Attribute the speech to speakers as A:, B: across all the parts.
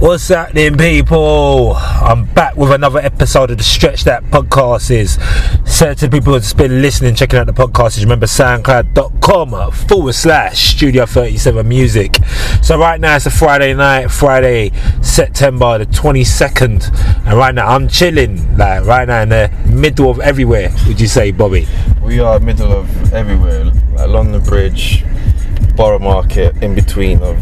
A: What's happening, people? I'm back with another episode of the Stretch That Podcast. Is said to the people that's been listening, checking out the podcast. Is remember SoundCloud.com forward slash Studio 37 Music. So right now it's a Friday night, Friday, September the 22nd, and right now I'm chilling. Like right now in the middle of everywhere. Would you say, Bobby?
B: We are middle of everywhere, like London Bridge, Borough Market, in between of.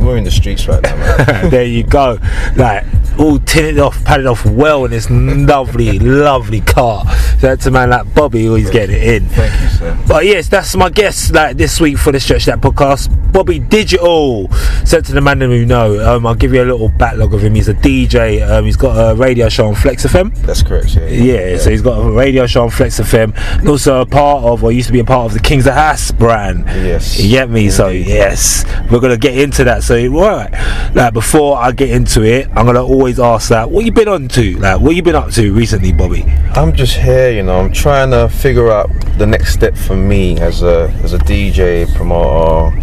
B: We're in the streets right now, man.
A: there you go. Like all tinted off, padded off well in this lovely, lovely car. So that's a man like Bobby always getting it in.
B: Thank you, sir.
A: But yes, that's my guest like this week for the Stretch That podcast. Bobby Digital, sent to the man who know. Um, I'll give you a little backlog of him. He's a DJ. Um, he's got a radio show on Flex FM.
B: That's correct, yeah.
A: Yeah, so he's got a radio show on Flex FM, and also a part of, or used to be a part of the Kings of Hass brand.
B: Yes.
A: You get me? So, yes, we're going to get into that. So, right, like, before I get into it, I'm going to always ask that, what you been on to? Like, what you been up to recently, Bobby?
B: I'm just here, you know. I'm trying to figure out the next step for me as a as a DJ, promoter,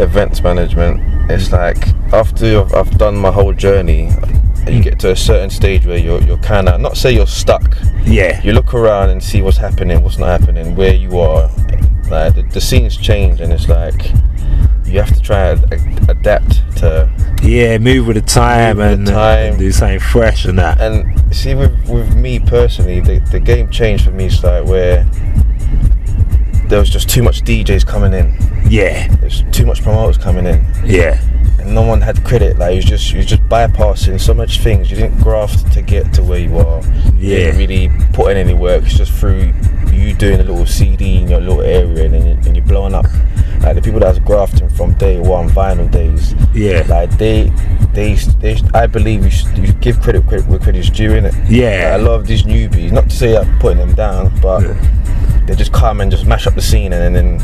B: events management. It's like after I've, I've done my whole journey, you get to a certain stage where you're you're kind of not say you're stuck.
A: Yeah.
B: You look around and see what's happening, what's not happening, where you are. Like the, the scenes change, and it's like you have to try and a- adapt to
A: Yeah, move with the time
B: Move with
A: and
B: the time.
A: uh, do something fresh and that.
B: and see with with me personally the, the game changed for me it's like where there was just too much DJs coming in
A: Yeah,
B: there's too much promoters coming in
A: yeah,
B: and no one had credit like you was just you was just bypassing so much things you didn't graft to get to where you are
A: Yeah.
B: you didn't really put in any work it's just through you doing a little CD in your little area and, then you, and you're blowing up like the people that was grafting from day one vinyl days
A: yeah,
B: like they, they, they I believe you, should, you give credit credit where credit's due in it.
A: Yeah.
B: Like, a lot of these newbies. Not to say I'm putting them down, but they just come and just mash up the scene, and then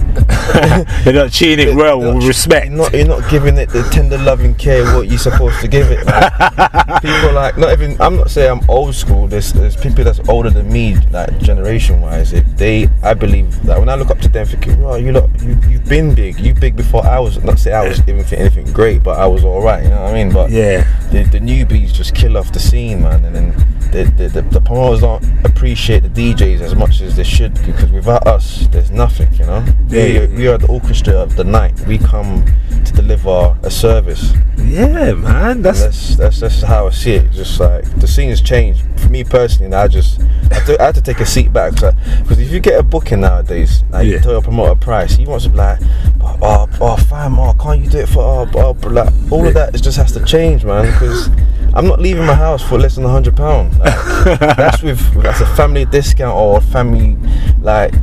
A: they're not cheating it well
B: They're
A: with
B: not-
A: respect.
B: You're not, you're not giving it the tender loving care what you're supposed to give it. Like, people like not even. I'm not saying I'm old school. There's, there's people that's older than me, like generation wise. If they, I believe that when I look up to them, thinking, "Wow, you lot, you, you've been big. You big before I was. Not say I was even think anything great, but I was all right. You know what I mean? But
A: yeah.
B: the, the newbies just kill off the scene, man, and then the, the, the, the promoters don't appreciate the DJs as much as they should because without us, there's nothing, you know.
A: Yeah.
B: We, we are the orchestra of the night. We come to deliver a service.
A: Yeah, man.
B: And
A: That's
B: that's that's that's how I see it. Just like the scene has changed for me personally, and I just I have to, I have to take a seat back because if you get a booking nowadays, like
A: Yeah.
B: you tell your promoter a price, he wants to be like, oh, oh, oh fam, oh, can't you do it for oh, oh, but like all of that is just has to change, man. Because I'm not leaving my house for less than a hundred pound. Like, that's with that's a family discount or a family like.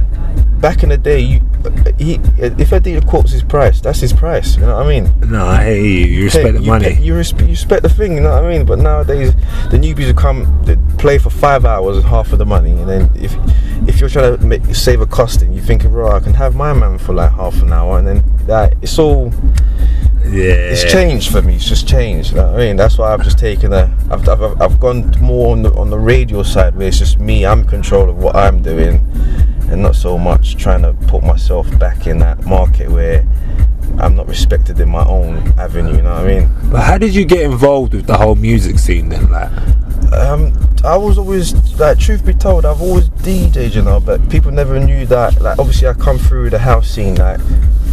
B: Back in the day, you, he, if a dealer quotes his price, that's his price. You know what I mean?
A: no, I hate you. You respect
B: Hey,
A: the
B: you
A: money.
B: pay- you, respe- you respect the thing, you know what I mean? But nowadays, the newbies who come they play for five hours and half of the money, and then if if you're trying to make, save a costing, you think, bro, I can have my man for like half an hour, and then that it's all
A: yeah,
B: it's changed for me. It's just changed. You know what I mean, that's why I've just taken a I've, I've, I've gone more on the on the radio side where it's just me. I'm in control of what I'm doing, and not so much trying to put myself back in that market where. I'm not respected in my own avenue, you know what I mean?
A: But how did you get involved with the whole music scene then? Like,
B: um, I was always like, truth be told, I've always DJed, you know, but people never knew that. Like, obviously, I come through the house scene like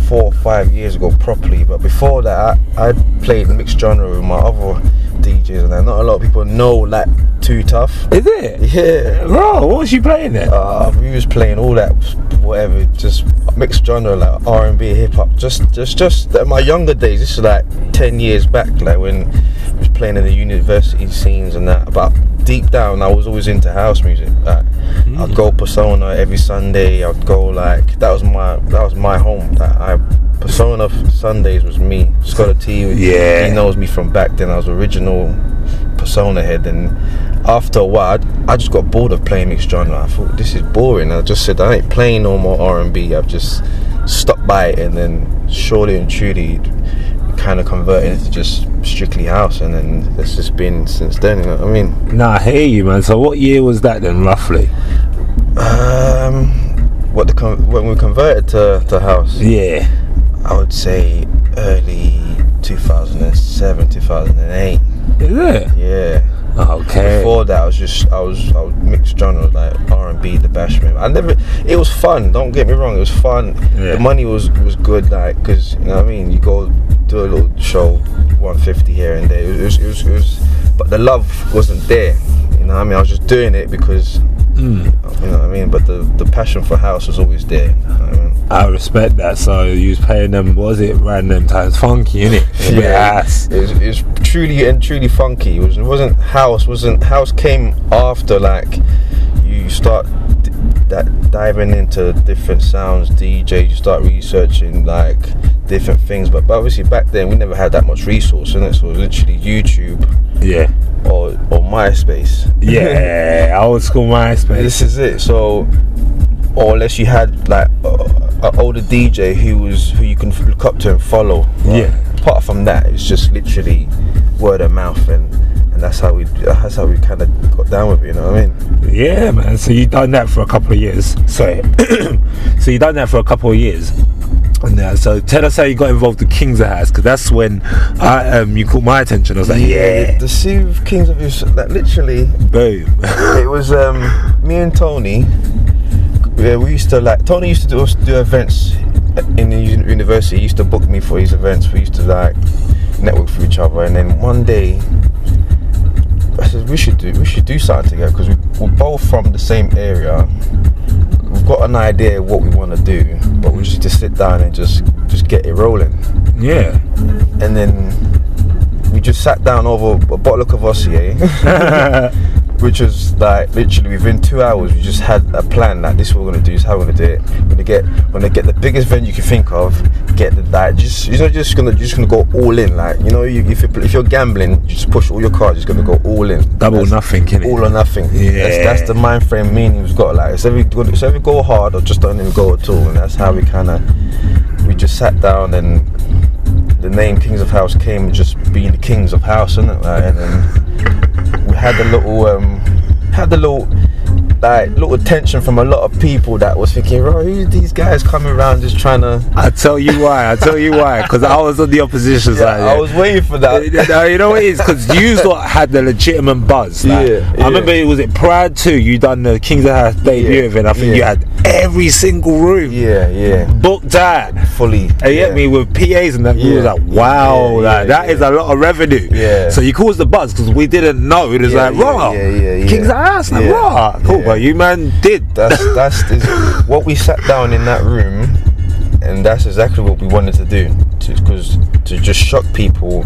B: four or five years ago properly, but before that, I, I played mixed genre with my other DJs, and that. not a lot of people know like too tough.
A: is it?
B: Yeah.
A: Bro, what was she playing then?
B: Uh, we was playing all that, whatever, just mixed genre like R and B, hip hop. Just, just, just that my younger days. This is like ten years back, like when I was playing in the university scenes and that. But deep down, I was always into house music. Like I'd go Persona every Sunday. I'd go like that was my that was my home. That I Persona Sundays was me. Scholar T.
A: Yeah.
B: he knows me from back then. I was original persona head and after a while I'd- I just got bored of playing mixed genre I thought this is boring I just said I ain't playing no more R&B I've just stopped by it and then surely and truly kind of converted into just strictly house and then it's just been since then you know what I mean
A: Nah, I hear you, man. So what year was that then, roughly?
B: um what the con- when we converted to, to house
A: Yeah.
B: I would say early 2007, 2008.
A: Is it?
B: Yeah.
A: Okay.
B: Before that, I was just I was I was mixed genres like R and B, the Bashment. I never. It was fun. Don't get me wrong. It was fun.
A: Yeah.
B: The money was was good. Like because you know what I mean. You go do a little show, 150 here and there. It was it was, it was but the love wasn't there. You know what I mean. I was just doing it because
A: Mm.
B: you know what I mean. But the the passion for house was always there. You know what I mean?
A: I respect that. So you was paying them, what was it random times funky, innit?
B: Yeah.
A: ass.
B: It was, it was truly and truly funky. It, was, it wasn't house. Wasn't house came after like you start d- that diving into different sounds, DJ. You start researching like different things. But, but obviously back then we never had that much resource, and so it was literally YouTube
A: Yeah.
B: or or MySpace.
A: Yeah. Old school MySpace.
B: This is it. So, or unless you had like an older DJ who was who you can f- look up to and follow.
A: Yeah.
B: Apart from that, it's just literally word of mouth, and and that's how we that's how we kind of got down with it. You know what I mean?
A: Yeah, man. So you done that for a couple of years. Sorry. so you done that for a couple of years. And uh, so tell us how you got involved with Kings of House, because that's when I um you caught my attention. I was like, yeah,
B: The Sea of Kings of Us- that literally
A: boom.
B: it was um me and Tony. Yeah, we used to like Tony used to do, us do events in the uni- university. He used to book me for his events. We used to like network for each other, and then one day I said we should do we should do something together because we, we're both from the same area. We've got an idea of what we want to do, but we just need to sit down and just just get it rolling
A: yeah.
B: and then we just sat down over a bottle of Cavassier, which was like literally within two hours we just had a plan like this is what we're gonna do, this is how we're gonna do it. We're gonna get we're gonna get the biggest venue you can think of, get the like just you're not just gonna you're just gonna go all in like you know you, if you if you're gambling you just push all your cards, you're just gonna go all in.
A: Double
B: That's-
A: nothing, innit?
B: All or nothing.
A: Yeah.
B: That's, that's the mind frame meaning we've got like it's every good it's every go hard or just don't even go at all and that's how we kinda we just sat down and the name Kings of House came just being the Kings of House, innit? Like, and then we had the little, um, had the little, like, little tension from a lot of people that was thinking, bro, who's these guys coming around just trying to.
A: I tell you why. I tell you why. Because I was on the opposition side.
B: I
A: yeah.
B: was waiting for that.
A: no, you know what it is because you lot had the legitimate buzz. like,
B: Yeah,
A: I remember
B: yeah.
A: it was it prior to you done the Kings of House debut
B: Yeah,
A: event. I think you
B: yeah.
A: had every single room
B: Yeah, yeah,
A: booked out.
B: fully.
A: And you get me with PAs and that. We was
B: Yeah.
A: like, wow,
B: Yeah,
A: like,
B: yeah,
A: that is
B: yeah.
A: a lot of revenue.
B: Yeah.
A: So you caused the buzz because we didn't know. It was
B: Yeah,
A: like,
B: yeah,
A: raw.
B: yeah, yeah, yeah.
A: Kings of House, like,
B: Yeah,
A: raw. Cool,
B: yeah.
A: but you man did.
B: That's that's is what we sat down in that room, and that's exactly what we wanted to do, because to just shock people,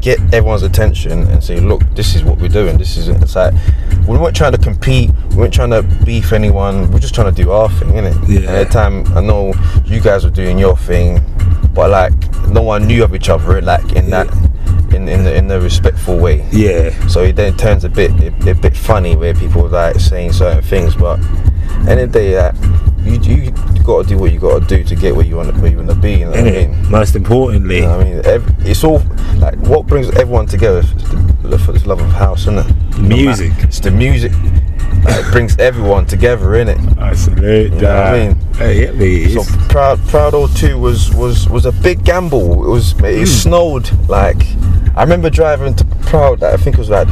B: get everyone's attention, and say, look, this is what we're doing. This is it's like we weren't trying to compete, we weren't trying to beef anyone. We're just trying to do our thing, innit?
A: Yeah.
B: And at the time, I know you guys were doing your thing, but like no one knew of each other, like in that, in in the in the respectful way.
A: Yeah.
B: So it then turns a bit a, a bit funny where people like saying certain things, but end of the day, like, you you got to do what you got to do to get where you want to where you want to be. You know what I
A: Innit?
B: mean?
A: Most importantly.
B: You know what I mean, Ev it's all like what brings everyone together is the, for this love of house, isn't it?
A: Music.
B: It's the music that brings everyone together, innit?
A: I salute
B: You know what I
A: that.
B: mean?
A: Hey, yeah, me.
B: So
A: it's-
B: proud, proud or two was was was a big gamble. It was it snowed like I remember driving to Proud. Like, I think it was like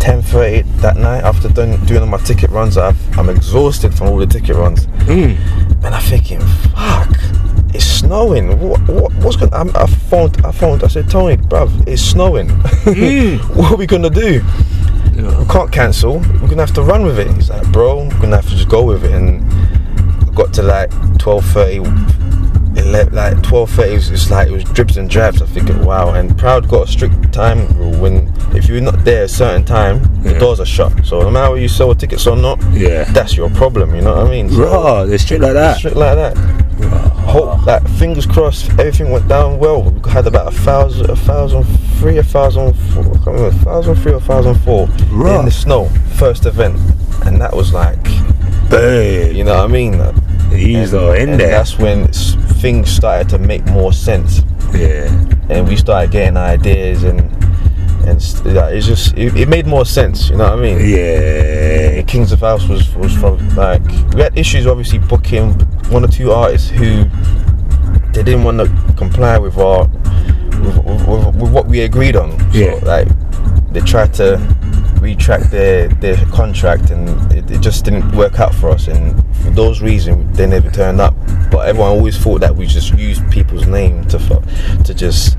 B: ten thirty that night after doing doing my ticket runs. I've, I'm exhausted from all the ticket runs,
A: Mm.
B: and I'm thinking, fuck, it's snowing. What, what what's gonna? I'm, I phoned I phoned. I said, Tony, bruv, it's snowing. what are we gonna do?
A: Yeah.
B: we can't cancel. We're gonna have to run with it. He's like, bro, we're gonna have to just go with it. And I got to like 12:30, 11, like 12:30. It's, it's like it was dribs and drabs. I think, wow. And Proud got a strict time rule when if you're not there at a certain time,
A: Yeah.
B: the doors are shut. So no matter whether you sell tickets or not,
A: Yeah.
B: that's your problem. You know what I mean? So,
A: Raw, they're straight like that.
B: Shit like that. Hope that fingers crossed everything went down well. We had about a thousand, a thousand three, a thousand four, I can't remember, a thousand three or a thousand four
A: Right.
B: in the snow, first event, and that was like,
A: Boom.
B: you know what I mean?
A: He's all in
B: and
A: there.
B: That's when s- things started to make more sense,
A: yeah.
B: and we started getting ideas and and s- like, it's just it, it made more sense. You know what I mean?
A: Yeah.
B: the Kings of House was was from like we had issues obviously booking one or two artists who they didn't want to comply with our with, with, with, with what we agreed on. So,
A: Yeah.
B: Like they tried to retract their their contract, and it, it just didn't work out for us. And for those reasons, they never turned up. But everyone always thought that we just used people's name to fu- to just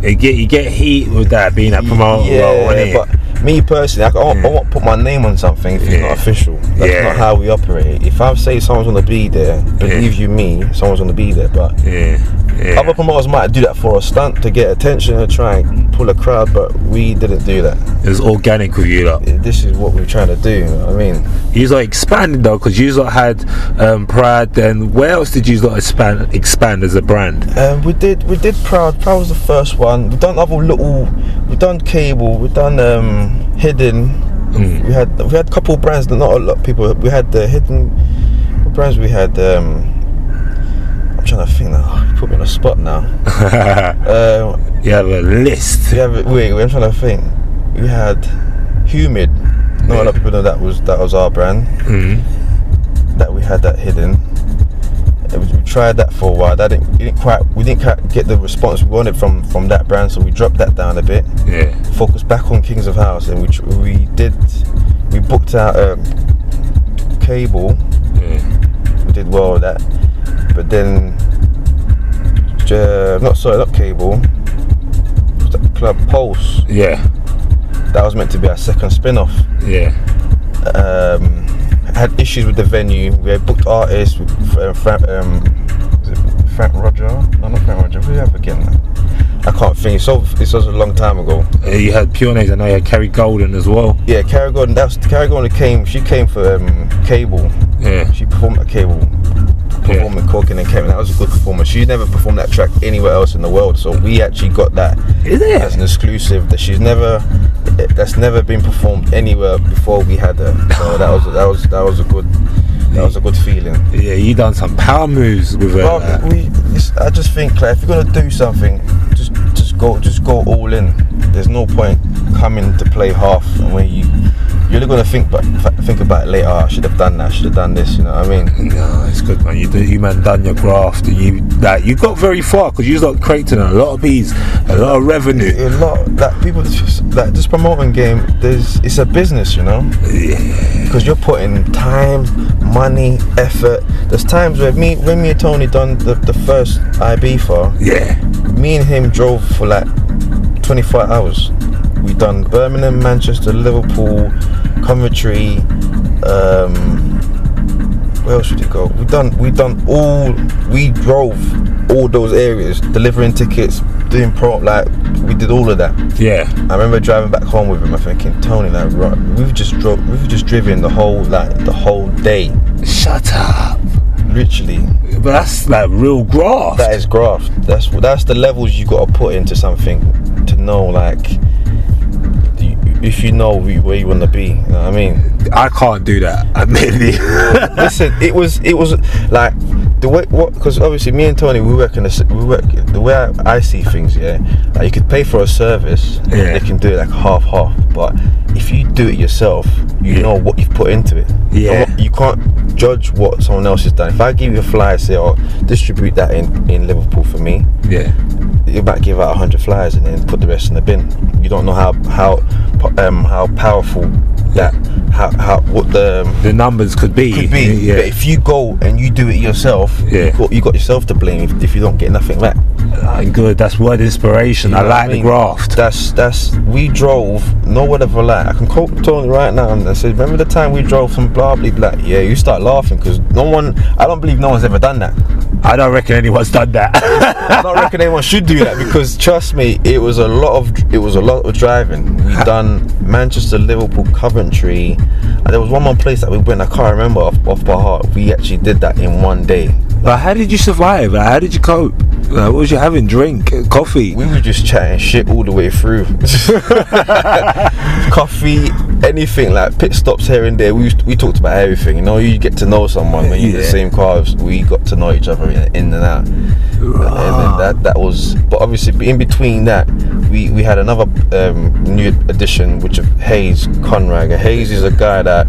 A: You get you get heat with that being a promoter. role,
B: yeah.
A: innit?
B: But me personally, I, can't- I won't put my name on something if it's
A: Mm. Yeah.
B: not official. That's
A: Yeah.
B: not how we operate. If I say someone's gonna be there, believe you me, someone's gonna be there. But
A: yeah, yeah.
B: Other promoters might do that for a stunt to get attention and try and pull a crowd, but we didn't do that.
A: It was organic with you lot.
B: This is what we're trying to do. You know what I mean,
A: You lot expanded though, because you lot had um, Pride. Then where else did you lot expand expand as a brand?
B: um, we did we did proud. Proud was the first one. We done other little. We done cable. We done um, hidden. We had we had a couple brands that not a lot of people. We had the hidden what brands. We had. Um, I'm trying to think now. You put me on the spot now. uh,
A: You have a list.
B: We have wait, wait, I'm trying to think. We had Humid. Not a lot of people know that was that was our brand.
A: Mm.
B: That we had that hidden. And We we tried that for a while. That didn't, we didn't quite we didn't quite get the response we wanted from from that brand, so we dropped that down a bit.
A: Yeah,
B: Focused back on Kings of House, and we tr- we did we booked out um, cable.
A: yeah.
B: We did well with that, but then uh, not sorry, not cable. What's that Club Pulse
A: yeah,
B: that was meant to be our second spin-off
A: yeah,
B: um, had issues with the venue we had booked artists with uh, Frank, um, is it Frank Roger no not Frank Roger who we have again I can't think it's, all, it's also a long time ago
A: Uh, You had Pioneers. I know you had Kerry Golden as well.
B: yeah Carrie Gordon that's Carrie Gordon came she came for um, Cable
A: Yeah,
B: she performed at Cable performed
A: Yeah.
B: with Corkin and Kevin that was a good performance she's never performed that track anywhere else in the world so we actually got that
A: is
B: as an exclusive that she's never that's never been performed anywhere before we had her. So that was that was that was a good that was a good feeling.
A: Yeah, you done some power moves with uh, her.
B: Well,
A: like.
B: we it's, I just think Claire, if you're gonna do something, just just go just go all in. There's no point coming to play half and when you you're gonna think but think about it later. "Oh, I should have done that. I should have done this. You know what I mean?
A: No, it's good, man. You do, you man done your graft, and you like you got very far because you lot creating a lot of bees, a lot of revenue.
B: A lot that people just, that this promoting game. There's it's a business. You know.
A: Yeah,
B: because you're putting time, money, effort. There's times where me, when me and Tony done the, the first IB for,
A: yeah,
B: me and him drove for like 24 hours. We done Birmingham, Manchester, Liverpool, Coventry. Um, where else did we go? We done we done all. We drove all those areas, delivering tickets, doing pro. Like we did all of that.
A: yeah.
B: I remember driving back home with him. I'm thinking, Tony, like, right, we've just drove, we've just driven the whole, like, the whole day,
A: Shut up.
B: literally.
A: But that's like real graft.
B: That is graft. That's that's the levels you got to put into something to know, like, the- if you know wh- where you want to be. You know what I mean?
A: I can't do that. I mean,
B: Listen, it was, it was like the way what because obviously me and Tony we work in the s- we work the way I, I see things. Yeah, like you could pay for a service,
A: Yeah.
B: they can do it like half half, but if you do it yourself, you
A: Yeah.
B: know what you've put into it.
A: Yeah.
B: I'm not- you can't judge what someone else has done. If I give you a flyer, say, "Oh, distribute that in, in Liverpool for me,"
A: yeah,
B: you might give out hundred flyers and then put the rest in the bin. You don't know how how po- um, how powerful that how, how what the um,
A: the numbers could be.
B: could be. But
A: Yeah,
B: if you go and you do it yourself,
A: Yeah.
B: you, got, you got yourself to blame if, if you don't get nothing back.
A: Like, good. That's word inspiration.
B: You
A: I
B: know what
A: like
B: mean?
A: the graft.
B: That's that's we drove no word of a lie. I can quote Tony right now and I said, remember the time we drove from blah blah blah. Yeah, you start laughing because no one. I don't believe no one's ever done that.
A: I don't reckon anyone's done that.
B: I don't reckon anyone should do that because trust me, it was a lot of it was a lot of driving. We done Manchester, Liverpool, Coventry, and there was one more place that we went. I can't remember off, off by heart. We actually did that in one day.
A: but how did you survive? Like, how did you cope? Like, what was you having? Drink, coffee.
B: We were just chatting shit all the way through. Coffee, anything like pit stops here and there. We we talked about everything. You know, you get to know someone when you're in the
A: Yeah.
B: same car. We got to know each other in, in and out. and then that that was but obviously in between that we we had another um, new addition which of Hmm. Hayes Conrad Hayes is a guy that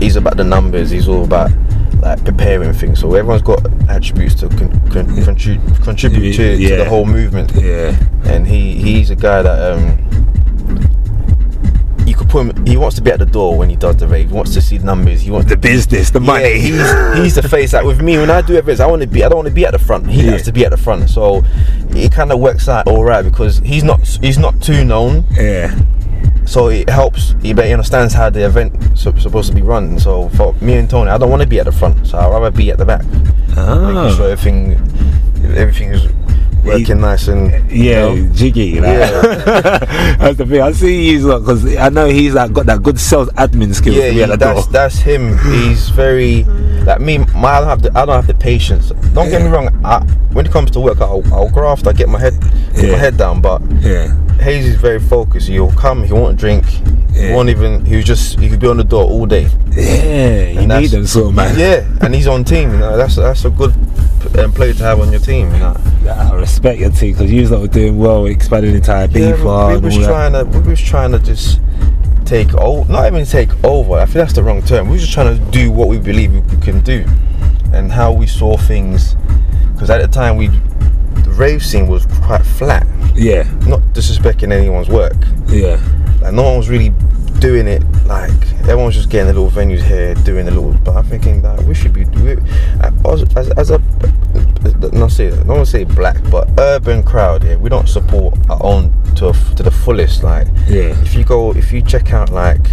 B: he's about the numbers he's all about like preparing things. So everyone's got attributes to con- con- contrib- contribute to, to
A: Yeah.
B: the whole movement.
A: Yeah.
B: And he he's a guy that um you could put him. He wants to be at the door when he does the rave. He wants to see the numbers. He wants
A: The business, the money.
B: yeah, he's, he's the face. Like with me, when I do events, I want to be. I don't want to be at the front. He
A: Yeah.
B: has to be at the front. So it kind of works out all right because he's not. He's not too known.
A: yeah.
B: So it helps. He better understands how the event su- supposed to be run. So for me and Tony, I don't want to be at the front. So I'd rather be at the back, making
A: Oh.
B: sure everything, everything is working nice and
A: Yeah,
B: you know.
A: jiggy. Like. that's the thing. I see you lot because I know he's like got that good sales admin skills
B: Yeah,
A: to be
B: yeah,
A: at the
B: that's
A: door.
B: that's him. He's very like me. My, I don't have the I don't have the patience. Don't get me wrong. I, when it comes to work, I'll, I'll graft. I get my head put
A: Yeah.
B: my head down. But
A: yeah.
B: Hayes is very focused. He'll come. He won't drink. He
A: Yeah.
B: won't even. He was just. He could be on the door all day.
A: Yeah, you
B: that's-
A: need them sort of man.
B: Yeah, and he's on team. You know, that's that's a good um, player to have on your team. You know.
A: Nah, I respect your team because you lot were doing well, expanding into Ibiza
B: Yeah,
A: and all
B: we, we was
A: that.
B: trying to. We was trying to just take over. Not even take over. I think that's the wrong term. We was just trying to do what we believe we, we can do, and how we saw things. Because at the time, we the rave scene was quite flat.
A: Yeah,
B: Not disrespecting anyone's work.
A: yeah,
B: Like no one was really doing it. Like everyone was just getting the little venues here, doing the little. But I'm thinking that we should be. We, uh, as, as, as a not say I don't want to say black, but urban crowd here, we don't support our own to a f- to the fullest. Like
A: yeah,
B: if you go, if you check out like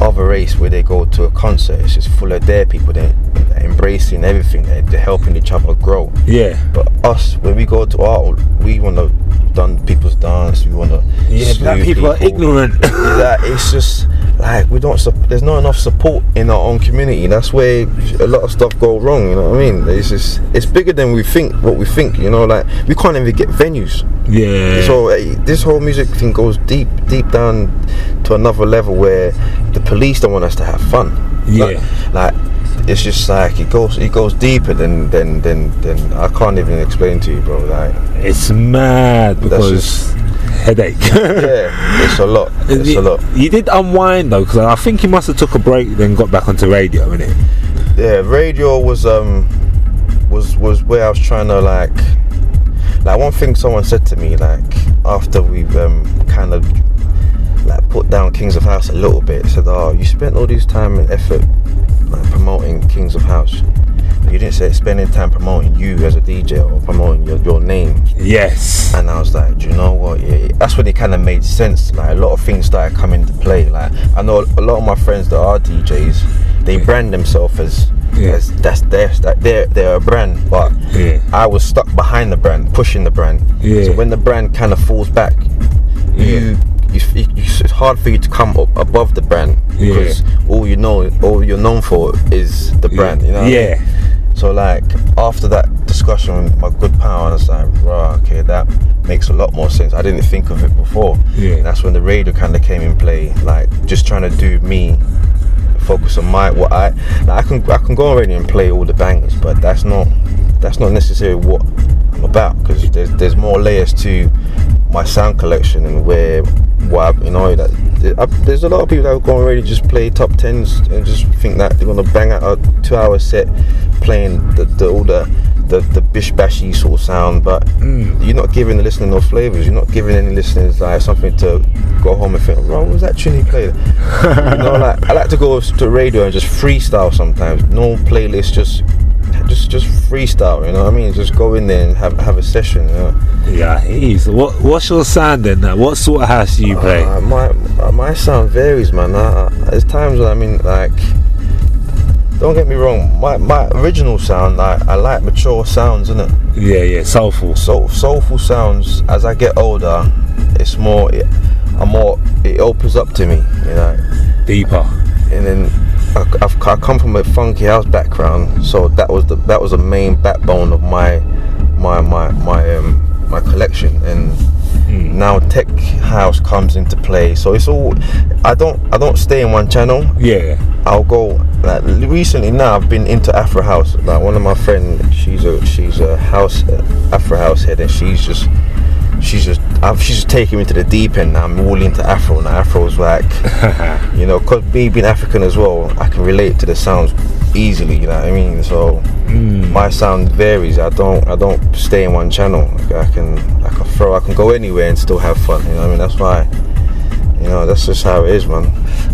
B: other race where they go to a concert, it's just full of their people. They're, they're embracing everything. They're, they're helping each other grow.
A: yeah.
B: But us, when we go to art, we want to done people's dance. We want to
A: Yeah, black people are ignorant.
B: that it's just like we don't. sup- There's not enough support in our own community. That's where a lot of stuff go wrong. You know what I mean? It's just it's bigger than we think. What we think, you know, like we can't even get venues.
A: yeah,
B: So eh, this whole music thing goes deep, deep down to another level where the police don't want us to have fun. Like-
A: Yeah.
B: like, it's just like it goes, it goes deeper than than than than I can't even explain to you, bro. Like,
A: it's mad because
B: just-
A: headache.
B: yeah, it's a lot. It's
A: you,
B: a lot.
A: you did unwind though, because I think you must have took a break, then got back onto radio, innit?
B: yeah radio was um was was where i was trying to like like one thing someone said to me like after we've um kind of like put down kings of house a little bit said oh you spent all this time and effort like promoting kings of house but you didn't say spending time promoting you as a dj or promoting your, your name
A: Yes.
B: and I was like, do you know what? Yeah, that's when it kind of made sense. Like a lot of things started coming to play. Like I know a lot of my friends that are DJs, they brand themselves as,
A: Yeah.
B: as that's their that they're they're a brand, but
A: Yeah.
B: I was stuck behind the brand, pushing the brand.
A: Yeah.
B: So when the brand kind of falls back,
A: Yeah.
B: you. It's, it's it's hard for you to come up above the brand
A: Yeah.
B: because all you know, all you're known for is the brand. You know, what I mean?
A: Yeah.
B: So like after that discussion with my good pal, I was like, right, okay, that makes a lot more sense. I didn't think of it before.
A: Yeah.
B: And that's when the radio kind of came in play, like just trying to do me, focus on my what I. Like, I can I can go on radio and play all the bangers, but that's not that's not necessarily what I'm about because there's there's more layers to my sound collection and where why you know that I, there's a lot of people that go on radio just play top tens and just think that they're gonna bang out a two hour set playing the, the all the the, the bish bashy sort of sound but
A: Mm.
B: you're not giving the listener no flavours you're not giving any listeners like something to go home and think "Right, what was that tune he played you know like I like to go to radio and just freestyle sometimes no playlist just just just freestyle you know what I mean just go in there and have, have a session you know
A: Yeah, he's. What, what's your sound then? Now? What sort of house do you play?
B: Uh, my uh, my sound varies, man. I, I- there's times when I mean, like, don't get me wrong. My my original sound, I, I like mature sounds, innit?
A: yeah, yeah, soulful.
B: Soul soulful sounds. As I get older, it's more, it, I'm more, it opens up to me, you know.
A: deeper.
B: And then I, I've, I come from a funky house background, so that was the that was the main backbone of my my my my um my collection and
A: Mm.
B: now tech house comes into play so it's all i don't i don't stay in one channel
A: Yeah,
B: i'll go like recently now i've been into afro house like one of my friend she's a she's a house uh, afro house head and she's just she's just I've, she's just taking me to the deep end now i'm all into afro now afro's like you know because me being african as well i can relate to the sounds easily. You know what I mean? So my sound varies. I don't I don't stay in one channel. Like, I can I can throw. I can go anywhere and still have fun. You know what I mean? That's why. You know that's just how it is, man.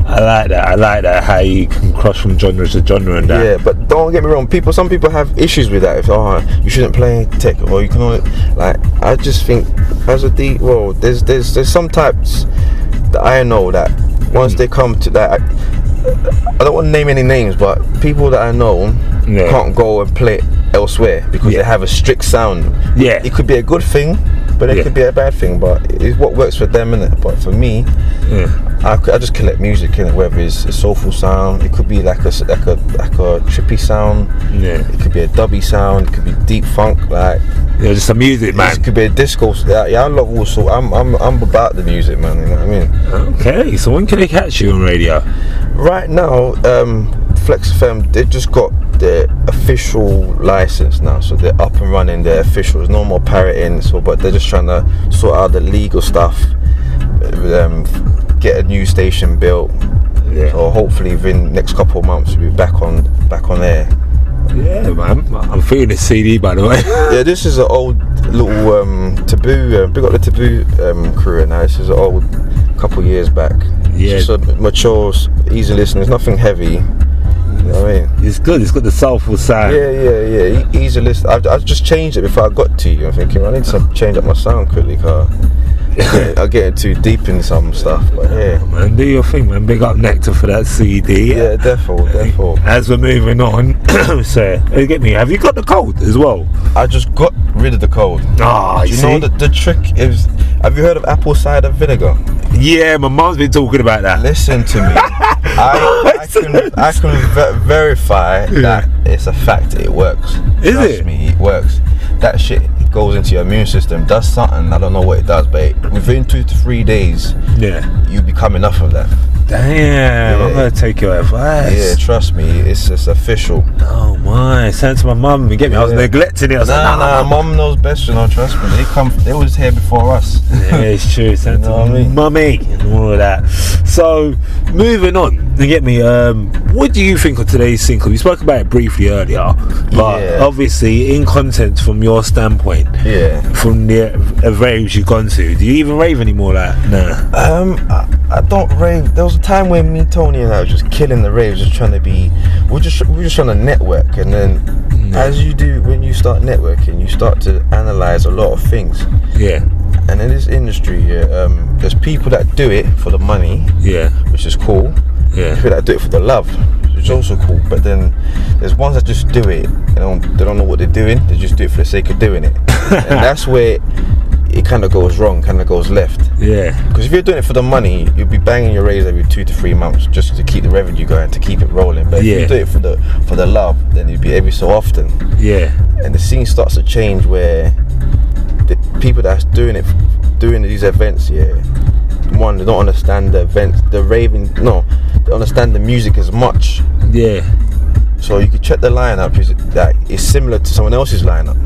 A: I like that. I like that how you can cross from genre to genre and that.
B: Yeah, but don't get me wrong. People, some people have issues with that. If oh, you shouldn't play tech, or you can only like. I just think as a D, well, there's there's there's some types that I know that once they come to that, I, I don't want to name any names, but people that I know
A: Yeah.
B: can't go and play elsewhere because
A: Yeah.
B: they have a strict sound.
A: Yeah.
B: it could be a good thing, but it
A: Yeah.
B: could be a bad thing. But it's what works for them, innit? But for me,
A: Yeah.
B: I, I just collect music, innit? Whether it's a soulful sound, it could be like a s- like a like a trippy sound.
A: Yeah.
B: It could be a dubby sound. It could be deep funk. Like
A: yeah just some music, man.
B: it could be a disco. s- Yeah, yeah I love all sort. I'm I'm I'm about the music, man. You know what I mean?
A: Okay, so when can they catch you on radio?
B: Right now, um, Flex FM they just got their official license now, so they're up and running. They're official. There's no more parroting. So, but they're just trying to sort out the legal stuff. Um, get a new station built.
A: Yeah.
B: So hopefully within next couple of months we'll be back on back on air.
A: Yeah, man. I'm feeling the CD, by the way.
B: Yeah, this is an old little um, taboo. Uh, big up the taboo um, crew now. This is an old couple years back.
A: Yeah.
B: it's just a mature, s- easy listening. It's nothing heavy. You know what I mean?
A: it's good. It's got the soulful side.
B: Yeah, yeah, yeah. e- Easy listen. I've, I've just changed it before I got to you. I'm thinking I need to change up my sound quickly, car. I'm getting too deep in some stuff, but yeah,
A: Man, do your thing, man. Big up Nectar for that CD.
B: yeah, definitely, definitely.
A: As we're moving on, so hey, get me. Have you got the cold as well?
B: I just got rid of the cold.
A: Ah,
B: Do you know the, the trick is? Have you heard of apple cider vinegar?
A: Yeah, my mum's been talking about that.
B: Listen to me. I, I can I can ver- verify that it's a fact. It works.
A: Is
B: Trust
A: it?
B: me, it works. That shit goes into your immune system. Does something. I don't know what it does, but it- within two to three days,
A: Yeah.
B: you become enough of that.
A: Damn, I'm
B: Yeah.
A: gonna take your
B: Yeah,
A: advice.
B: trust me. It's it's official.
A: Oh my, send to my mum. You get me? I was
B: Yeah.
A: neglecting it. I was
B: Nah,
A: like, nah,
B: nah. Mom knows best. You know. Trust me. They come. They was here before us.
A: yeah, it's true. Send
B: know what
A: to
B: I mean?
A: mummy and all of that. So, moving on, you get me. Um, what do you think of today's single? You spoke about it briefly earlier, but
B: Yeah.
A: obviously, in content from your standpoint,
B: Yeah.
A: from the uh, raves you've gone to, do you even rave anymore? Like, nah.
B: Um, I, I don't rave. There was a time when me, Tony, and I was just killing the raves, just trying to be. We're just we're just trying to network, and then as you do when you start networking, you start to analyze a lot of things.
A: Yeah,
B: And in this industry, yeah, um, there's people that do it for the money,
A: yeah,
B: which is cool.
A: yeah,
B: People that do it for the love, which is also cool. But then there's ones that just do it. They don't they don't know what they're doing. They just do it for the sake of doing it, and that's where it kind of goes wrong, kind of goes left.
A: yeah.
B: Because if you're doing it for the money, you'll be banging your raise every two to three months just to keep the revenue going, to keep it rolling. But if
A: Yeah.
B: you do it for the for the love, then it'd be every so often.
A: yeah.
B: And the scene starts to change where the people that's doing it, doing these events, yeah, one they don't understand the events, the raving, no, they don't understand the music as much.
A: Yeah,
B: So you could check the lineup is that it's similar to someone else's lineup.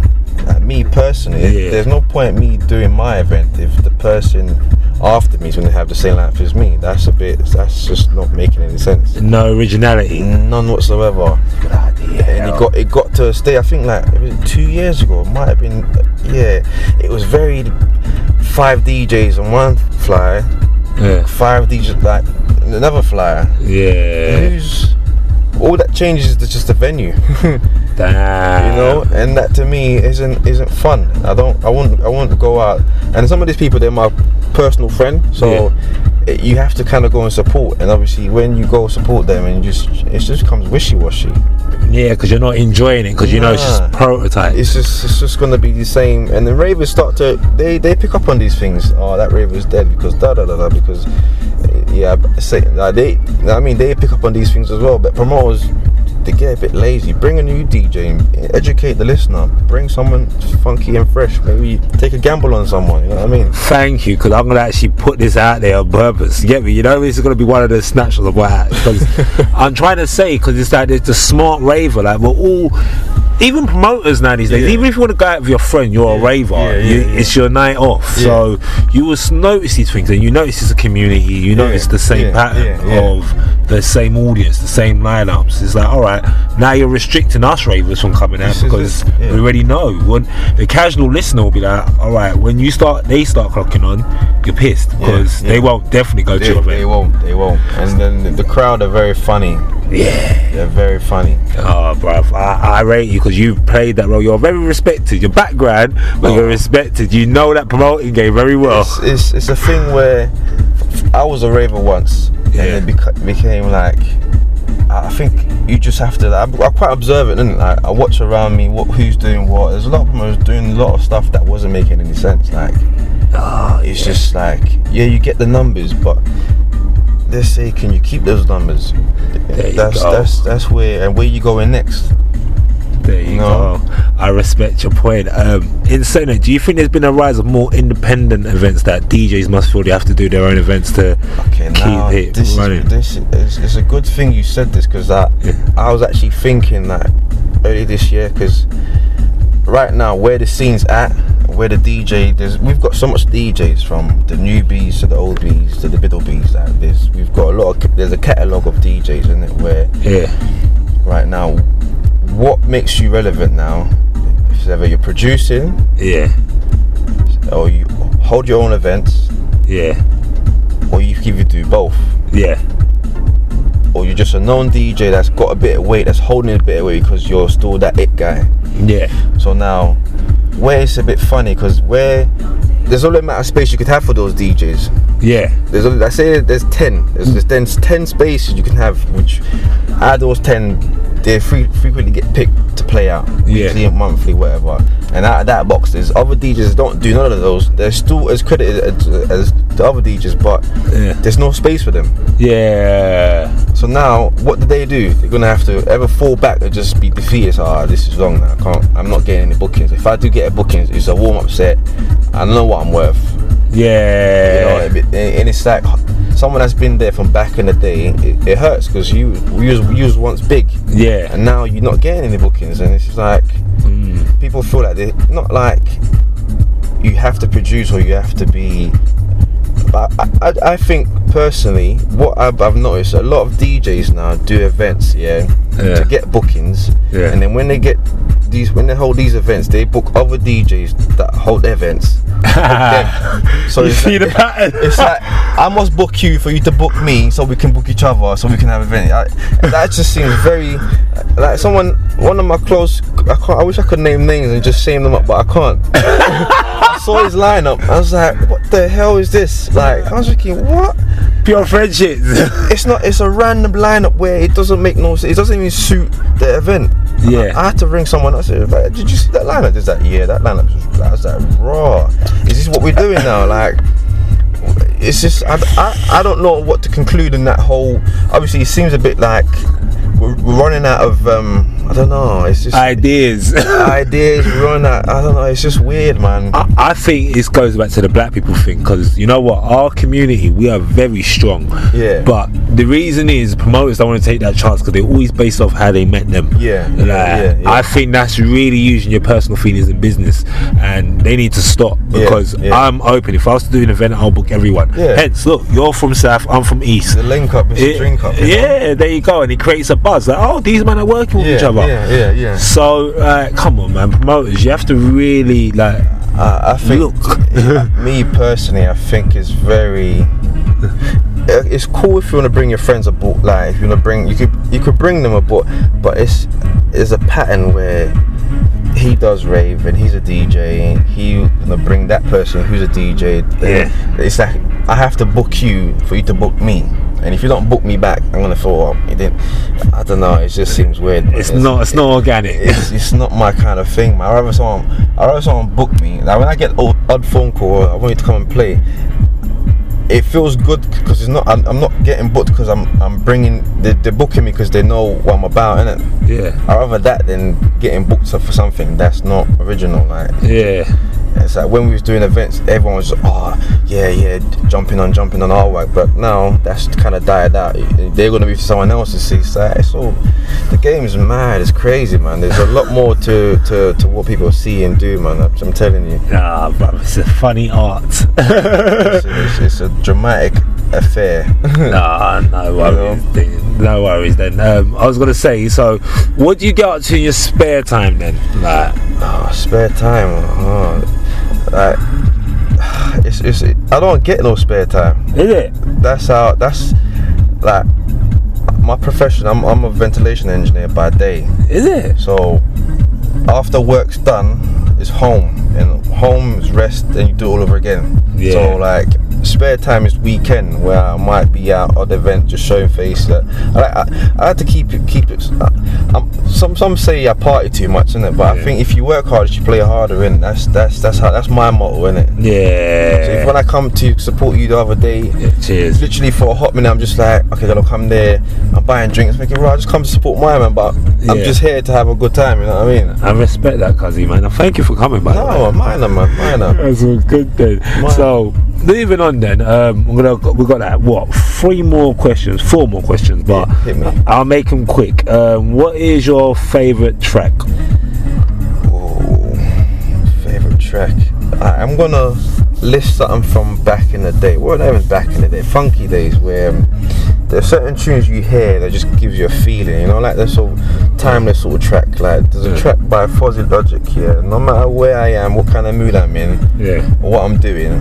B: Like me personally,
A: Yeah.
B: there's no point me doing my event if the person after me is going to have the same lineup as me. That's a bit. That's just not making any sense.
A: no originality.
B: None whatsoever. And it got it got to a stage. I think like it was two years ago. It might have been. Yeah, it was very five DJs on one flyer,
A: Yeah,
B: five DJs like another flyer.
A: yeah.
B: Who's all that changes is just the venue.
A: Damn.
B: you know and that to me isn't isn't fun i don't i won't i won't go out and some of these people they're my personal friend so it, you have to kind of go and support and obviously when you go support them and you just it just comes wishy-washy
A: Yeah, because you're not enjoying it because you know it's just
B: Nah.
A: prototype.
B: it's just it's just going to be the same and the ravers start to they they pick up on these things oh that raver's dead because da da da da because eh, yeah but say like they i mean they pick up on these things as well but promoters they get a bit lazy bring a new dj in, educate the listener bring someone funky and fresh maybe take a gamble on someone you know what i mean
A: Thank you, because I'm gonna actually put this out there on purpose. You Get me? You know, this is gonna be one of the snatches of what I- 'cause I'm trying to say because it's like it's the smart raver. Like we're all, even promoters now these days.
B: Yeah.
A: Even if you want to go out with your friend, you're a raver.
B: yeah, yeah,
A: you,
B: yeah.
A: It's your night off,
B: Yeah.
A: so you will s- notice these things, and you notice it's a community. You notice the same
B: yeah,
A: pattern
B: yeah, yeah.
A: of the same audience, the same lineups. It's like, all right, now you're restricting us ravers from coming out
B: This is
A: because
B: it, yeah.
A: we already know. When the casual listener will be like, all right, when you start, they start clocking on, you're pissed because
B: yeah.
A: they won't definitely go
B: They,
A: to
B: they
A: your event.
B: won't. They won't. And then the crowd are very funny.
A: Yeah.
B: They're very funny.
A: Oh, bruv, I, I rate you because you've played that role. You're very respected. Your background, but
B: Oh.
A: you're respected. You know that promoting game very well.
B: It's, it's, it's a thing where I was a raver once,
A: Yeah.
B: and it beca- became like I think you just have to. I'm, I'm quite observant, and I, I watch around me what who's doing what. There's a lot of them was doing a lot of stuff that wasn't making any sense. Like
A: Ah,
B: it's just like yeah, you get the numbers, but they say can you keep those numbers?
A: you
B: that's
A: go.
B: that's that's where and where you going next?
A: There you
B: No.
A: go. I respect your point. Um, in saying that, do you think there's been a rise of more independent events that DJs must feel they have to do their own events to
B: Okay,
A: keep
B: now
A: it
B: this
A: running?
B: is this is it's a good thing you said this because I
A: Yeah.
B: I was actually thinking that early this year because right now where the scene's at, where the DJ there's we've got so much DJs from the newbies to the old bees to the middle bees that there's we've got a lot of there's a catalogue of DJs in it where
A: yeah,
B: right now what makes you relevant now is whether you're producing
A: yeah,
B: or you hold your own events
A: yeah,
B: or you can either do both.
A: yeah,
B: or you're just a known DJ that's got a bit of weight, that's holding a bit of weight because you're still that it guy.
A: yeah,
B: So now, where it's a bit funny because where there's only amount of space you could have for those DJs.
A: yeah,
B: There's only, I say there's ten. There's, there's then ten spaces you can have, which out of those ten, they fre- frequently get picked to play out
A: Yeah.
B: weekly, and monthly, whatever. And out of that box, there's other DJs that don't do none of those. They're still as credited as, as the other DJs, but
A: Yeah.
B: there's no space for them.
A: yeah.
B: So now, what do they do? They're gonna have to ever fall back and just be defeated. So, ah, this is wrong now. I can't. I'm not getting any bookings. If I do get a bookings, it's a warm up set. I know what I'm worth. You know,
A: Yeah,
B: and it- and it's like someone that's been there from back in the day. It, it hurts because you you was, you was once big,
A: yeah,
B: and now you're not getting any bookings, and it's just like
A: mm,
B: people feel like they not like you have to produce or you have to be but I, I, I think personally what I've, I've noticed a lot of DJs now do events yeah,
A: Yeah.
B: to get bookings
A: Yeah.
B: and then when they get these when they hold these events they book other DJs that hold their events
A: Ah.
B: them. So
A: you
B: it's
A: see
B: like-
A: the pattern?
B: it's like I must book you for you to book me, so we can book each other, so we can have an event. I, that just seems very like someone, one of my close. I can't. I wish I could name names and just shame them up, but I can't. I saw his lineup. I was like, what the hell is this? Like, I was thinking, what?
A: pure friendships.
B: It's not. It's a random lineup where it doesn't make no sense. It doesn't even suit the event.
A: Yeah.
B: I, I had to ring someone else. and Like, Did you see that lineup? Is that yeah? That lineup. was- I was like, raw. Is this what we're doing now? Like, it's just I, I, I don't know what to conclude in that whole. Obviously, it seems a bit like we're, we're running out of. um I don't know. It's just
A: Ideas.
B: ideas. We're running out. I don't know. It's just weird, man.
A: I, I think it goes back to the black people thing because you know what, our community we are very strong.
B: Yeah.
A: But the reason is promoters don't want to take that chance because they're always based off how they met them.
B: Yeah, yeah,
A: Like,
B: yeah, yeah.
A: I think that's really using your personal feelings in business, and they need to stop
B: Yeah,
A: because
B: yeah.
A: I'm open. If I was to do an event, I'll book everyone.
B: Yeah.
A: Hence, look, you're from South, I'm from East.
B: the link up is
A: It-
B: a drink up. you know?
A: yeah, there you go, and it creates a buzz. Like, oh, these men are working with each
B: Yeah,
A: other.
B: yeah, yeah, yeah.
A: So, uh, come on, man, promoters, you have to really like
B: I I think
A: Look.
B: me personally, I think it's very. Uh, It's cool if you want to bring your friends aboard. Like if you want to bring, you could you could bring them aboard. But it's there's a pattern where he does rave and he's a DJ. He gonna bring that person who's a DJ. then It's like I have to book you for you to book me. And if you don't book me back, I'm gonna throw up. It didn't. I don't know. It just seems weird.
A: It's not. It's not organic.
B: it's, it's not my kind of thing, man. I rather someone, I rather someone book me. Like when I get old, odd phone call, I want you to come and play. It feels good because it's not. I'm, I'm not getting booked because I'm. I'm bringing. They, they're booking me because they know what I'm about, innit?
A: Yeah.
B: I rather that than getting booked for something that's not original. Like
A: Yeah.
B: it's like when we was doing events, everyone was oh yeah yeah jumping on jumping on our work, but now that's kind of died out. They're gonna be for someone else to see. So it's all the game is mad. It's crazy, man. There's a lot more to to, to what people see and do, man. I'm, I'm telling you,
A: Nah, bruv, it's a funny art.
B: it's, it's, it's a dramatic affair.
A: Nah, no worries. then. No worries then. Um, I was gonna say. So, what do you get up to in your spare time then? Like,
B: Oh, spare time. Oh, like, it's, it's, I don't get no spare time.
A: is it?
B: That's how. That's like my profession. I'm, I'm a ventilation engineer by day.
A: Is it?
B: So after work's done, it's home, and home is rest, and you do it all over again.
A: Yeah.
B: So like spare time is weekend where I might be out at the event just showing face. That I, I, I had to keep it keep it. I, am some some say I party too much, innit? But
A: Yeah.
B: I think if you work hard, you should play harder, innit? That's that's that's how that's my motto, innit? So if
A: Yeah.
B: when I come to support you the other day,
A: Cheers.
B: literally for a hot minute, I'm just like, okay, then I'll come there. I'm buying drinks, thinking, right, I just come to support my man, but I'm
A: Yeah.
B: just here to have a good time. You know what I mean?
A: I respect that, Kazi man. I thank you for coming, by the way.
B: No, minor man, minor.
A: That's all good then.
B: Wow.
A: So moving on then, um, we're gonna we got like what three more questions, four more questions, but
B: Yeah, hit me.
A: I'll make them quick. Um, what is your favorite track?
B: Ooh, favorite track. I, I'm gonna list something from back in the day. Well, not even back in the day, funky days where um, there are certain tunes you hear that just gives you a feeling. You know, like this sort of timeless sort of track. Like there's
A: Yeah.
B: a track by Fuzzy Logic here. No matter where I am, what kind of mood I'm in,
A: Yeah,
B: or what I'm doing,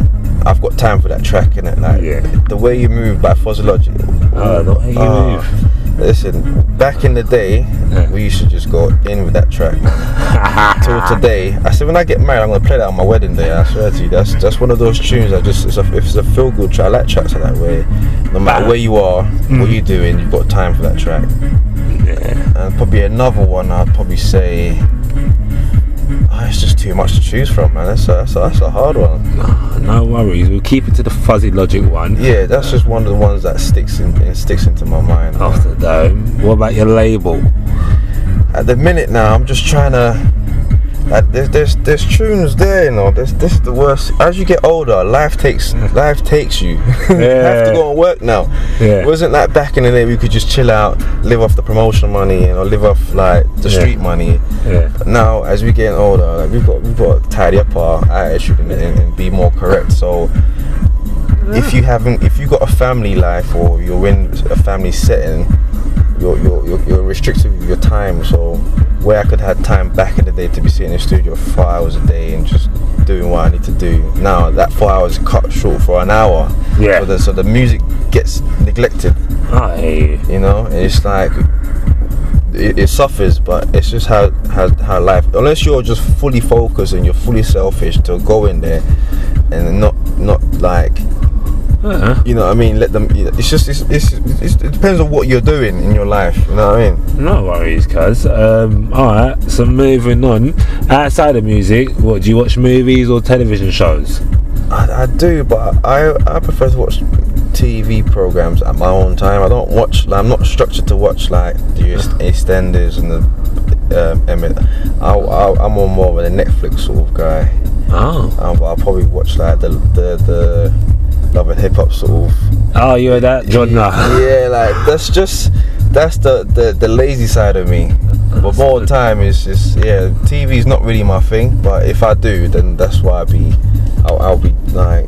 B: I've got time for that track in it. Like
A: Yeah.
B: the way you move by Fuzzy Logic.
A: Oh, the way you
B: Oh, Listen, back in the day,
A: Yeah.
B: we used to just go in with that track. Till today, I said when I get married, I'm gonna play that on my wedding day. I swear to you, that's that's one of those tunes. I just it's a, if it's a feel good track. I like tracks like that way. No matter where you are, what you're doing, you've got time for that track.
A: Mm. yeah.
B: And probably another one I'd probably say. Oh, it's just too much to choose from, man. That's a, that's a, that's a hard one.
A: No, no worries. We'll keep it to the fuzzy logic one.
B: Yeah, that's just one of the ones that sticks in it sticks into my mind.
A: After dome. What about your label?
B: At the minute now, I'm just trying to. Like, there's, there's there's tunes there, you know. This this is the worst. As you get older, life takes life takes you. you have
A: Yeah.
B: to go and work now.
A: Yeah.
B: It wasn't like back in the day we could just chill out, live off the promotion money, you know, live off like the
A: Yeah.
B: street money.
A: Yeah.
B: But now, as we're getting older, like, we've got we've got to tidy up our attitude and, and, and be more correct. So, if you haven't, if you got a family life or you're in a family setting, you're you're, you're, you're restricted with your time. So, where I could have time back in the day to be sitting in the studio for four hours a day and just doing what I need to do, now that four hours is cut short for an hour.
A: Yeah.
B: So the, so the music gets neglected
A: Aye.
B: you know and it's like it, it suffers but it's just how, how how life unless you're just fully focused and you're fully selfish to go in there and not not like
A: Uh,
B: you know what i mean let them it's just it's, it's, it's it depends on what you're doing in your life you know what i mean
A: no worries, cuz. Um, alright, so moving on. Outside of music, what do you watch movies or television shows?
B: I, I do, but I I prefer to watch TV programs at my own time. I don't watch. Like, I'm not structured to watch like the East- EastEnders and the um, Emmett. I, I, I'm on more of a Netflix sort of guy.
A: Oh.
B: Um, but I'll probably watch like the the, the love and hip hop sort of.
A: Oh, you're that genre.
B: Yeah, like that's just that's the, the the lazy side of me. But more time is just yeah, TV's not really my thing. But if I do, then that's why I be I'll, I'll be like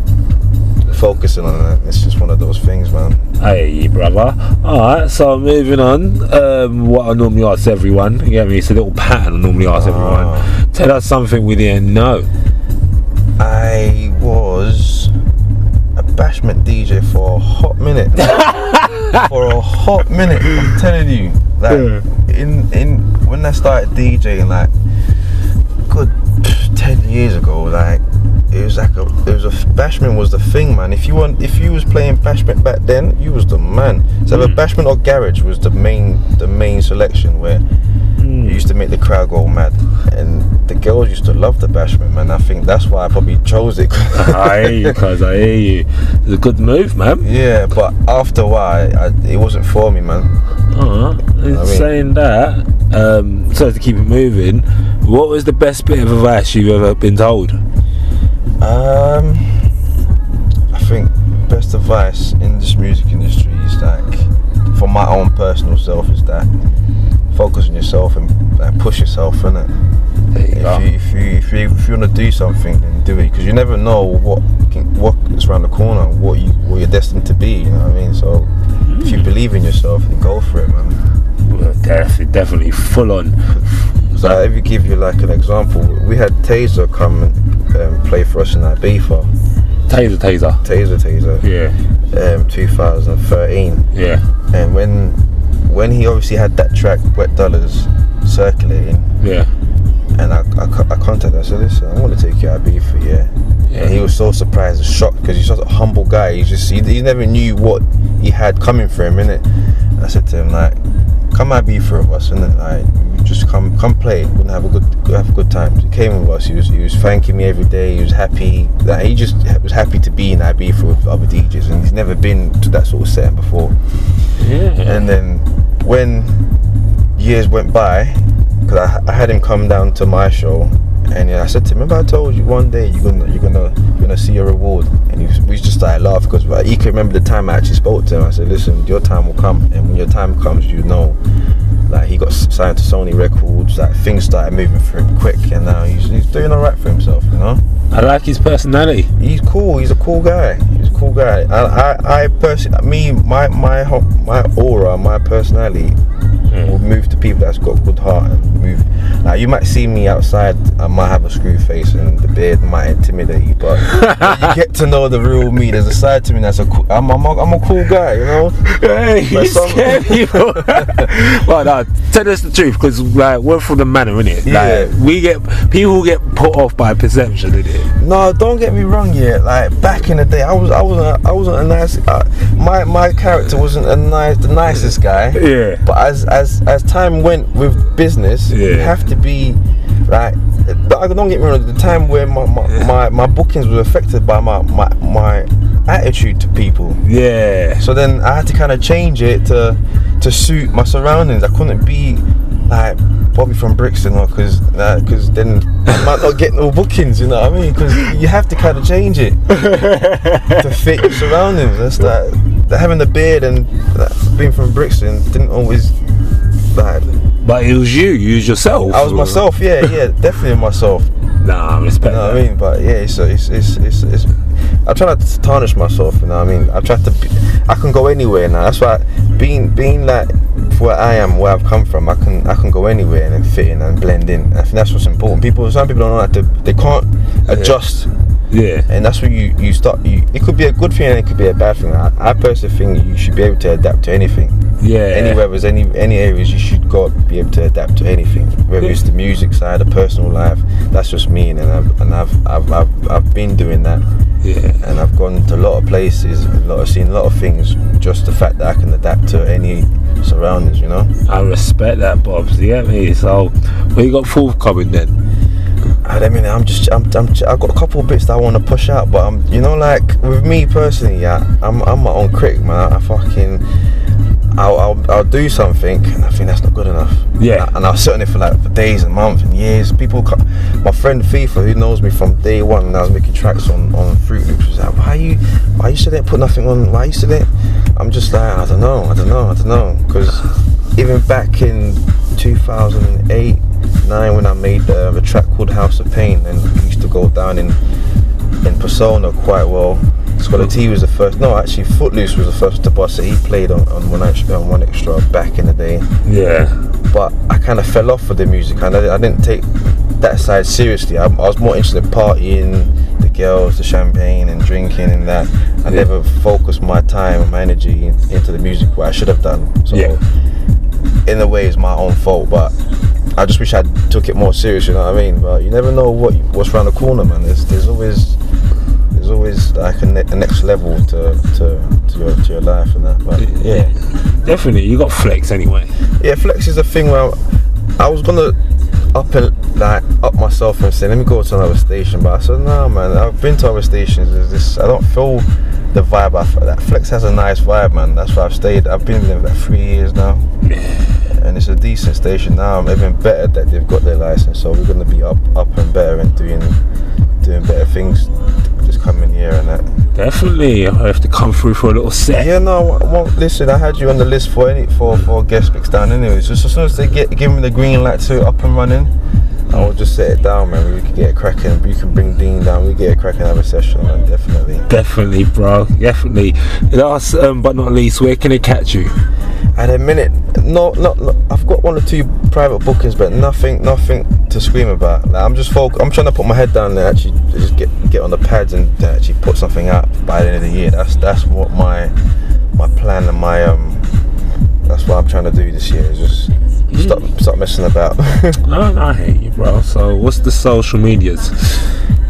B: focusing on it. It's just one of those things, man.
A: Hey, brother. Alright, so moving on. Um, what I normally ask everyone, you get me? It's a little pattern I normally ask
B: Ah.
A: everyone. Tell us something we didn't know.
B: I was a bashment DJ for a hot minute. for a hot minute, I'm telling you. Like in in when I started DJing, like good ten years ago, like it was like a it was a bashment was the thing, man. If you want, if you was playing bashment back then, you was the man. So the bashment or garage was the main the main selection where it used to make the crowd go mad, and the girls used to love the bashment, man. I think that's why I probably chose it.
A: I hear you, cuz I hear you. It's a good move, man.
B: yeah, but after a while, I, it wasn't for me, man.
A: Alright.
B: mean-
A: Saying that, um, so to keep it moving, what was the best bit of advice you've ever been told?
B: Um, I think best advice in this music industry is like, for my own personal self, is that focus on yourself and, and push yourself, innit?
A: There you go.
B: If you, if you if you if you want to do something, then do it because you never know what can, what is around the corner, what you what you're destined to be. You know what I mean? So if you believe in yourself, then go for it, man.
A: Well, definitely, definitely full on.
B: So if you give you like an example, we had Taser come and um, play for us in Ibiza.
A: Taser, taser.
B: Taser, Taser,
A: Yeah,
B: um, 2013.
A: yeah,
B: And when when he obviously had that track Wet Dollars circulating,
A: yeah.
B: and I, I, co- I contacted him. I said, "Listen, I want to take you out for yeah."
A: Yeah.
B: And he was so surprised and shocked because he's such a humble guy. He just he, he never knew what he had coming for him, innit? And I said to him like, "Come out be for us, innit? Like, you just come come play. We're gonna have a good go have a good time." he came with us. He was he was thanking me every day. He was happy. Like, he just was happy to be in Ibiza with other DJs, and he's never been to that sort of setting before.
A: Yeah.
B: And then when years went by, because I, I had him come down to my show, and I said to him, "Remember, I told you one day you're gonna you're gonna you're gonna see a reward." And he was, we just started laughing because he could remember the time I actually spoke to him. I said, "Listen, your time will come, and when your time comes, you know." Like he got signed to Sony Records, like things started moving for him quick, and now he's, he's doing all right for himself, you know
A: I like his personality.
B: he's cool. He's a cool guy. He's a cool guy. I, I, I person, me, my, my, ho- my aura, my personality will move to people that's got good heart and move. Now you might see me outside. I might have a screw face and the beard might intimidate you, but you get to know the real me. There's a side to me that's a cool. I'm, I'm, a, I'm a cool guy, you know.
A: Hey, you
B: But some-
A: scare people. well, no, tell us the truth, because like we're from the manor, innit?
B: Yeah.
A: Like we get people get put off by perception, innit?
B: No, don't get me wrong. Yet, like back in the day, I was, I wasn't, a, I wasn't a nice. Uh, my, my character wasn't a nice, the nicest guy.
A: Yeah.
B: But as as as time went with business, you
A: Yeah.
B: have to be like. But I don't get me wrong. The time where my my, my, my bookings were affected by my, my my attitude to people.
A: Yeah.
B: So then I had to kind of change it to to suit my surroundings. I couldn't be like Bobby from Brixton or because because then I might not get no bookings. You know what I mean? Because you have to kind of change it to fit your surroundings. That's that. that having a beard and that being from Brixton didn't always like.
A: But it was you, you was yourself.
B: I was myself. Yeah, yeah, definitely myself.
A: Nah, I respect
B: You know
A: that.
B: what I mean? But yeah, it's it's it's it's. it's I try not to tarnish myself, you know. What I mean, I try to. Be, I can go anywhere now. That's why being being like where I am, where I've come from, I can I can go anywhere and then fit in and blend in. I think that's what's important. People, some people don't know that they, they can't adjust,
A: Yeah.
B: and that's where you you start. You, it could be a good thing and it could be a bad thing. I, I personally think you should be able to adapt to anything
A: Yeah.
B: anywhere was any any areas you should go be able to adapt to anything whether it's the music side the personal life that's just me and I've, and I've, I've I've I've been doing that
A: Yeah.
B: and I've gone to a lot of places a lot of seen a lot of things just the fact that I can adapt to any surroundings you know
A: I respect that, Bobs. You get me? So, what you got forthcoming then?
B: I mean I'm just I'm, I'm I've got a couple of bits that I want to push out but I'm you know like with me personally yeah I'm I'm my own critic man I fucking I'll, I'll, I'll do something and I think that's not good enough
A: Yeah.
B: and I was sitting there for like for days and months and years. People, ca- my friend FIFA, who knows me from day one, and I was making tracks on on Fruit Loops, was like, "Why you, why you still didn't put nothing on? Why you still didn't?" I'm just like, I don't know, I don't know, I don't know, because even back in 2008, nine when I made uh, a track called House of Pain, and we used to go down in in Persona quite well. Scholar T was the first. No, actually, Footloose was the first to bust that he played on, on one extra on one extra back in the day
A: Yeah.
B: but I kind of fell off with the music and I, I didn't take that side seriously. I, I was more interested in partying, the girls, the champagne, and drinking and that. I
A: Yeah.
B: never focused my time and my energy in- into the music where I should have done. So,
A: Yeah.
B: in a way, it's my own fault, but I just wish I took it more serious. You know what I mean? But you never know what what's around the corner, man. There's there's always there's always like a, ne- a next level to to, to, your, to your life and that. But yeah.
A: Definitely, you got flex anyway.
B: Yeah, flex is a thing where I was gonna up and like up myself and say, let me go to another station, but I said, nah, man, I've been to other stations. There's this, I don't feel the vibe. I feel that flex has a nice vibe, man. That's why I've stayed. I've been there for like three years now, and it's a decent station now. I'm even better that they've got their license, so we're gonna be up, up and better and doing, doing better things this coming year and that.
A: Definitely, I have to come through for a little set.
B: Yeah, no. I won't- listen, I had you on the list for any for for guest picks down anyway. So as soon as they get give me the green light to up and running, I will just set it down, man. We can get it cracking. You can bring Dean down. We get it cracking. Have a session, man. Definitely.
A: Definitely, bro. Definitely. Last um, but not least, where can they catch you?
B: At a minute, no, no, no, I've got one or two private bookings, but nothing, nothing to scream about. Like, I'm just folk. I'm trying to put my head down and actually just get get on the pads and actually put something out by the end of the year. That's that's what my my plan and my um. That's what I'm trying to do this year. Is just stop stop messing about.
A: No, no, I hate you, bro. So, what's the social medias?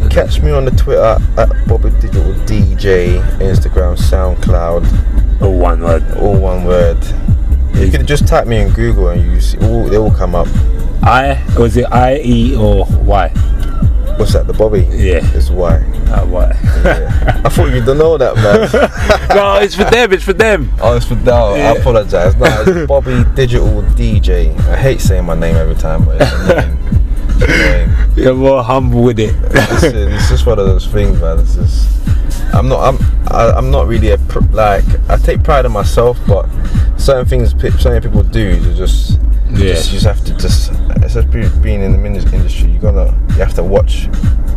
B: Catch me on the Twitter at Bobby Digital DJ, Instagram, SoundCloud,
A: Oh, one word.
B: all one word. You can just type me in Google and you see all they all come up.
A: I was it I E or Y?
B: What's that? The Bobby.
A: Yeah.
B: It's why.
A: Uh, y.
B: Yeah. I thought you don't know that, man.
A: no, it's for them. It's for them.
B: oh, it's for Dal.
A: Yeah.
B: I apologize. No, it's Bobby Digital DJ. I hate saying my name every time, but it's annoying. It's annoying.
A: You're more humble with it.
B: Listen, it's just one of those things, man. It's just, I'm not, I'm, I, I'm not really a pr- like. I take pride in myself, but certain things, pe- certain people do, you just, you
A: Yeah.
B: just, you just have to just. It's just be- being in the min- industry. You gotta, you have to watch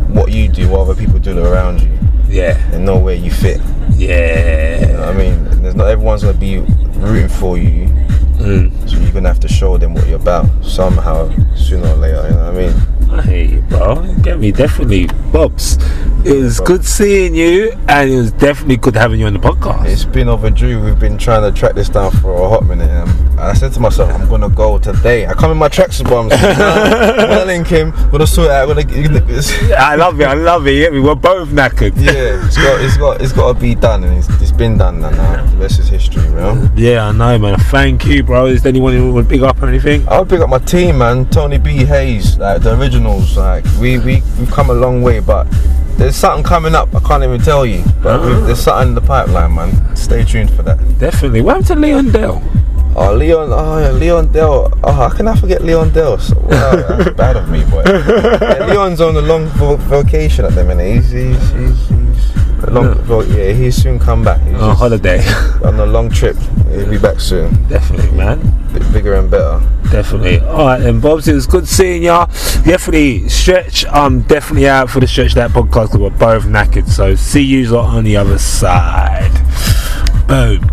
B: what you do, what other people do around you,
A: Yeah,
B: and know where you fit. You know
A: yeah.
B: what I mean? And there's not everyone's gonna be rooting for you,
A: Mm.
B: so you're gonna have to show them what you're about somehow, sooner or later. You know what I mean?
A: I hear you, bro. Get me definitely, Bobs. It was
B: bro.
A: good seeing you, and it was definitely good having you on the podcast.
B: It's been overdue. We've been trying to track this down for a hot minute. And I'm- and I said to myself, I'm gonna go today. I come in my tracksuit bombs. Well, link him. Gonna sort it out. Gonna, it's,
A: I love it. I love it. Yeah, we were both knackered.
B: yeah, it's got, it's got, it's got to be done, and it's, it's been done now. now. The rest is history, real.
A: Yeah, I know, man. Thank you, bro. Is there anyone who would big up or anything?
B: I would pick up my team, man. Tony B. Hayes, like the originals. Like we, we, we've come a long way, but there's something coming up. I can't even tell you, but we've, there's something in the pipeline, man. Stay tuned for that.
A: Definitely. What happened to Leon Dell?
B: Oh, Leon, oh, yeah, Leon Dell. Oh, how can I forget Leon Dell? So, wow, that's bad of me, boy. Yeah, Leon's on a long vo- vacation at the minute. He's, he's, he's, he's a long,
A: Yeah.
B: vo- yeah, Uh-huh. he'll soon come back. He's
A: On
B: just
A: holiday.
B: on a long trip. He'll be back soon.
A: definitely, man.
B: Bit bigger and better.
A: Definitely. All right, then, Bobs. It was good seeing ya. Definitely stretch. I'm definitely out for the stretch that podcast. 'cause We're both knackered. So see yous on the other side. Boom.